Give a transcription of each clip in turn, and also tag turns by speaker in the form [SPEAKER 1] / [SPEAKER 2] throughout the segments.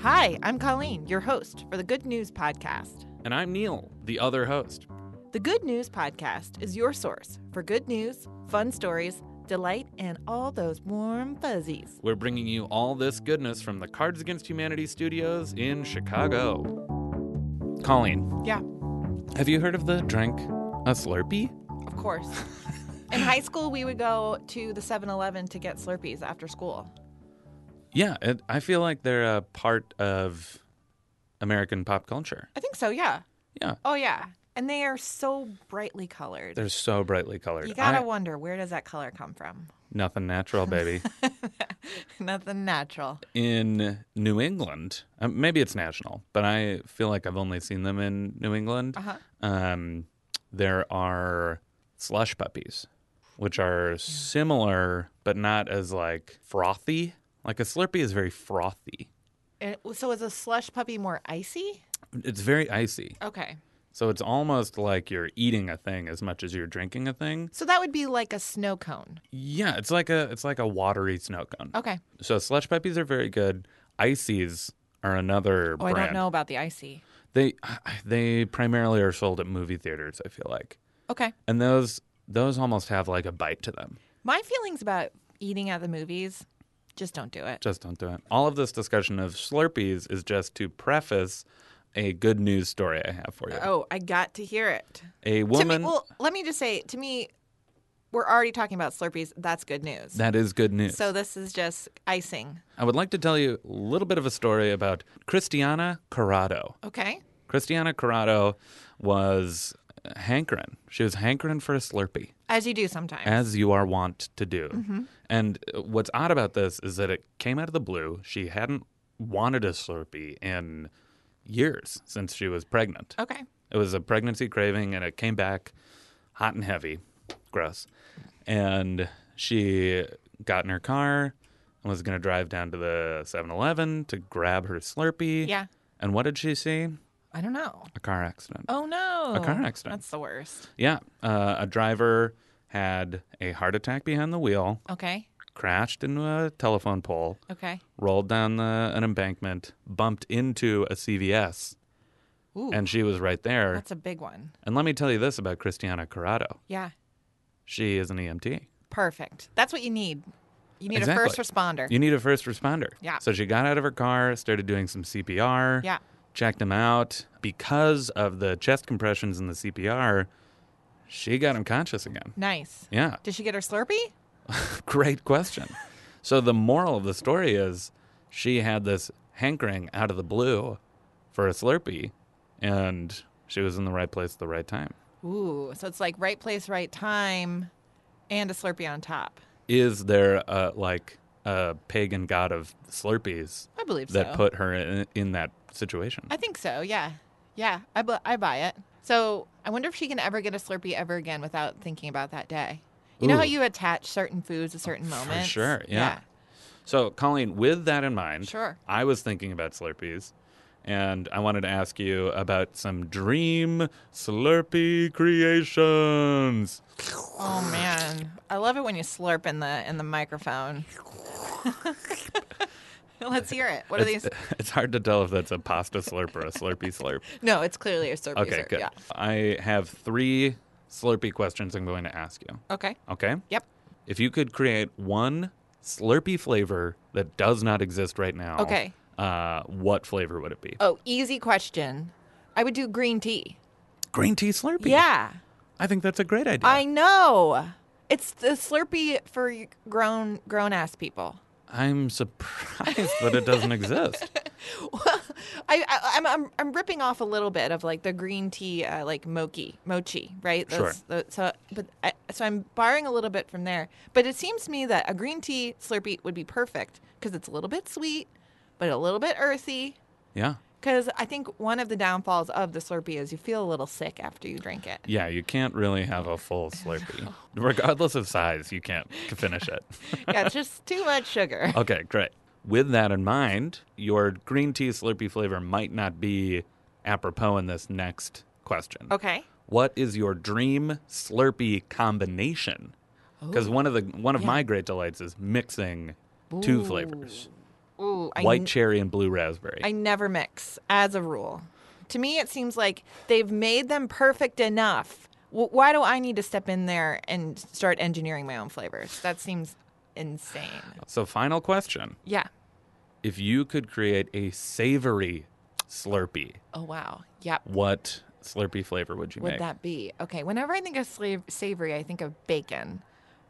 [SPEAKER 1] Hi, I'm Colleen, your host for the Good News Podcast.
[SPEAKER 2] And I'm Neil, the other host.
[SPEAKER 1] The Good News Podcast is your source for good news, fun stories, delight, and all those warm fuzzies.
[SPEAKER 2] We're bringing you all this goodness from the Cards Against Humanity studios in Chicago. Colleen,
[SPEAKER 1] Yeah,
[SPEAKER 2] have you heard of the drink a Slurpee?
[SPEAKER 1] of course. In high school, we would go to the 7 Eleven to get Slurpees after school.
[SPEAKER 2] Yeah, it, I feel like they're a part of American pop culture.
[SPEAKER 1] I think so, yeah.
[SPEAKER 2] Yeah,
[SPEAKER 1] Oh, yeah. And they are so brightly colored.
[SPEAKER 2] they're so brightly colored.
[SPEAKER 1] you gotta
[SPEAKER 2] I-
[SPEAKER 1] wonder where does that color come from?
[SPEAKER 2] nothing natural, baby.
[SPEAKER 1] Nothing natural.
[SPEAKER 2] in New England, uh, maybe it's national, but I feel like I've only seen them in New England.
[SPEAKER 1] Uh-huh.
[SPEAKER 2] um, there are slush puppies, which are similar but not as like frothy. Like a Slurpee is very frothy.
[SPEAKER 1] It- so is a slush puppy more icy?
[SPEAKER 2] It's very icy,
[SPEAKER 1] Okay.
[SPEAKER 2] so it's almost like you're eating a thing as much as you're drinking a thing.
[SPEAKER 1] So that would be like a snow cone.
[SPEAKER 2] Yeah, it's like a it's like a watery snow cone.
[SPEAKER 1] Okay.
[SPEAKER 2] So slush puppies are very good. Icies are another
[SPEAKER 1] Oh,
[SPEAKER 2] brand.
[SPEAKER 1] I don't know about the icy.
[SPEAKER 2] They they primarily are sold at movie theaters. I feel like,
[SPEAKER 1] Okay.
[SPEAKER 2] and those those almost have like a bite to them.
[SPEAKER 1] My feelings about eating at the movies, just don't do it.
[SPEAKER 2] Just don't do it. All of this discussion of Slurpees is just to preface a good news story I have for you.
[SPEAKER 1] Oh, I got to hear it.
[SPEAKER 2] a
[SPEAKER 1] To me,
[SPEAKER 2] woman
[SPEAKER 1] well, let me just say, to me, we're already talking about Slurpees. That's good news.
[SPEAKER 2] that is good news.
[SPEAKER 1] so this is just icing.
[SPEAKER 2] I would like to tell you a little bit of a story about Cristiana Corrado.
[SPEAKER 1] Okay.
[SPEAKER 2] Cristiana Corrado was hankering. She was hankering for a Slurpee.
[SPEAKER 1] As you do sometimes.
[SPEAKER 2] as you are wont to do. And uh, what's odd about this is that it came out of the blue. She hadn't wanted a Slurpee in years since she was pregnant.
[SPEAKER 1] okay.
[SPEAKER 2] It was a pregnancy craving, and it came back hot and heavy, gross. And she got in her car and was going to drive down to the 7-Eleven to grab her Slurpee.
[SPEAKER 1] Yeah.
[SPEAKER 2] And what did she see?
[SPEAKER 1] I don't know.
[SPEAKER 2] A car accident.
[SPEAKER 1] Oh no.
[SPEAKER 2] A car accident.
[SPEAKER 1] That's the worst.
[SPEAKER 2] Yeah, uh, a driver had a heart attack behind the wheel
[SPEAKER 1] Okay.
[SPEAKER 2] crashed into a telephone pole,
[SPEAKER 1] Okay.
[SPEAKER 2] rolled down the, an embankment, bumped into a CVS,
[SPEAKER 1] Ooh.
[SPEAKER 2] and she was right there.
[SPEAKER 1] That's a big one.
[SPEAKER 2] And let me tell you this about Cristiana Corrado.
[SPEAKER 1] Yeah.
[SPEAKER 2] She is an E EMT.
[SPEAKER 1] Perfect. That's what you need. You need
[SPEAKER 2] Exactly.
[SPEAKER 1] a first responder.
[SPEAKER 2] You need a first responder.
[SPEAKER 1] Yeah.
[SPEAKER 2] So she got out of her car, started doing some CPR.
[SPEAKER 1] Yeah.
[SPEAKER 2] Checked him out. Because of the chest compressions and the CPR, she got him conscious again.
[SPEAKER 1] Nice.
[SPEAKER 2] Yeah.
[SPEAKER 1] Did she get her Slurpee?
[SPEAKER 2] Great question. so the moral of the story is she had this hankering out of the blue for a Slurpee, and she was in the right place at the right time.
[SPEAKER 1] Ooh, so it's like right place, right time, and a Slurpee on top.
[SPEAKER 2] Is there a, like a pagan god of Slurpees
[SPEAKER 1] I believe
[SPEAKER 2] that
[SPEAKER 1] so.
[SPEAKER 2] put her in, in that situation?
[SPEAKER 1] I think so. Yeah, yeah. I bu- I buy it. So I wonder if she can ever get a Slurpee ever again without thinking about that day. You know how
[SPEAKER 2] Ooh. Oh,
[SPEAKER 1] you attach certain foods to certain moments.
[SPEAKER 2] sure, yeah. So, Colleen, with that in mind,
[SPEAKER 1] Sure.
[SPEAKER 2] I was thinking about Slurpees, and I wanted to ask you about some dream Slurpee creations.
[SPEAKER 1] Oh man, I love it when you slurp in the in the microphone. Let's hear it. What are
[SPEAKER 2] It's-
[SPEAKER 1] these?
[SPEAKER 2] It's hard to tell if that's a pasta slurp or a Slurpee slurp.
[SPEAKER 1] No, it's clearly a Slurpee.
[SPEAKER 2] Okay,
[SPEAKER 1] slurp,
[SPEAKER 2] good.
[SPEAKER 1] Yeah.
[SPEAKER 2] I have three Slurpee questions I'm going to ask you.
[SPEAKER 1] Okay.
[SPEAKER 2] Okay?
[SPEAKER 1] Yep.
[SPEAKER 2] If you could create one Slurpee flavor that does not exist right now,
[SPEAKER 1] Okay.
[SPEAKER 2] uh, what flavor would it be?
[SPEAKER 1] Oh, easy question. I would do green tea.
[SPEAKER 2] Green tea Slurpee.
[SPEAKER 1] Yeah.
[SPEAKER 2] I think that's a great idea.
[SPEAKER 1] I know. It's the Slurpee for y- grown grown ass people.
[SPEAKER 2] I'm surprised that it doesn't exist.
[SPEAKER 1] I, I I'm, I'm I'm ripping off a little bit of like the green tea uh, like mochi mochi right.
[SPEAKER 2] Sure.
[SPEAKER 1] the- so but I, so I'm borrowing a little bit from there. But it seems to me that a green tea Slurpee would be perfect because it's a little bit sweet, but a little bit earthy.
[SPEAKER 2] Yeah.
[SPEAKER 1] Because I think one of the downfalls of the Slurpee is you feel a little sick after you drink it.
[SPEAKER 2] Yeah, you can't really have a full Slurpee. Regardless of size, you can't finish it.
[SPEAKER 1] yeah, it's just too much sugar.
[SPEAKER 2] Okay, great. With that in mind, your green tea Slurpee flavor might not be apropos in this next question.
[SPEAKER 1] Okay.
[SPEAKER 2] What is your dream Slurpee combination? Because one of the one of my great delights is mixing two
[SPEAKER 1] Ooh.
[SPEAKER 2] flavors.
[SPEAKER 1] Ooh, I
[SPEAKER 2] White cherry and blue raspberry.
[SPEAKER 1] I never mix as a rule. To me, it seems like they've made them perfect enough. W- why do I need to step in there and start engineering my own flavors? That seems insane.
[SPEAKER 2] so, final question.
[SPEAKER 1] Yeah.
[SPEAKER 2] If you could create a savory Slurpee,
[SPEAKER 1] Oh, wow. Yep.
[SPEAKER 2] what Slurpee flavor would you
[SPEAKER 1] Would
[SPEAKER 2] make?
[SPEAKER 1] that be? Okay. Whenever I think of slave- savory, I think of bacon,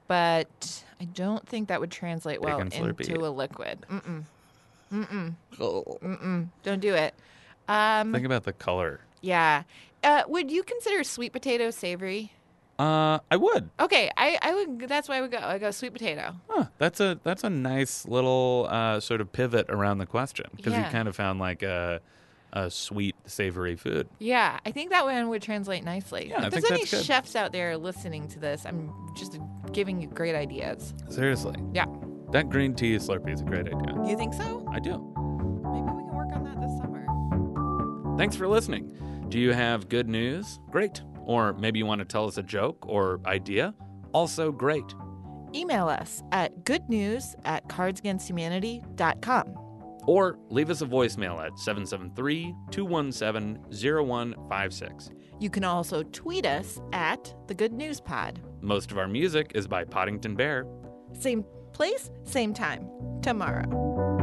[SPEAKER 1] but I don't think that would translate well
[SPEAKER 2] Bacon Slurpee.
[SPEAKER 1] into a liquid. Mm-mm. Mm-mm. Mm-mm. Don't do it. Um,
[SPEAKER 2] Think about the color.
[SPEAKER 1] yeah. Uh, would you consider sweet potato savory?
[SPEAKER 2] Uh, I would.
[SPEAKER 1] Okay, I, I would. That's why I would go. I go sweet potato.
[SPEAKER 2] Huh, that's a that's a nice little uh, sort of pivot around the question because
[SPEAKER 1] Yeah.
[SPEAKER 2] you kind of found like a, a sweet savory food.
[SPEAKER 1] Yeah, I think that one would translate nicely.
[SPEAKER 2] Yeah, I
[SPEAKER 1] if there's
[SPEAKER 2] think
[SPEAKER 1] any
[SPEAKER 2] that's good.
[SPEAKER 1] chefs out there listening to this, I'm just giving you great ideas.
[SPEAKER 2] Seriously,
[SPEAKER 1] Yeah,
[SPEAKER 2] that green tea Slurpee is a great idea.
[SPEAKER 1] you think so?
[SPEAKER 2] I do.
[SPEAKER 1] Maybe we can work on that this summer.
[SPEAKER 2] Thanks for listening. Do you have good news? Great. Or maybe you want to tell us a joke or idea? Also great.
[SPEAKER 1] Email us at goodnews at cardsagainsthumanity.com.
[SPEAKER 2] Or leave us a voicemail at 773 217 0156.
[SPEAKER 1] You can also tweet us at the Good News Pod.
[SPEAKER 2] Most of our music is by Poddington Bear.
[SPEAKER 1] Same place, same time tomorrow.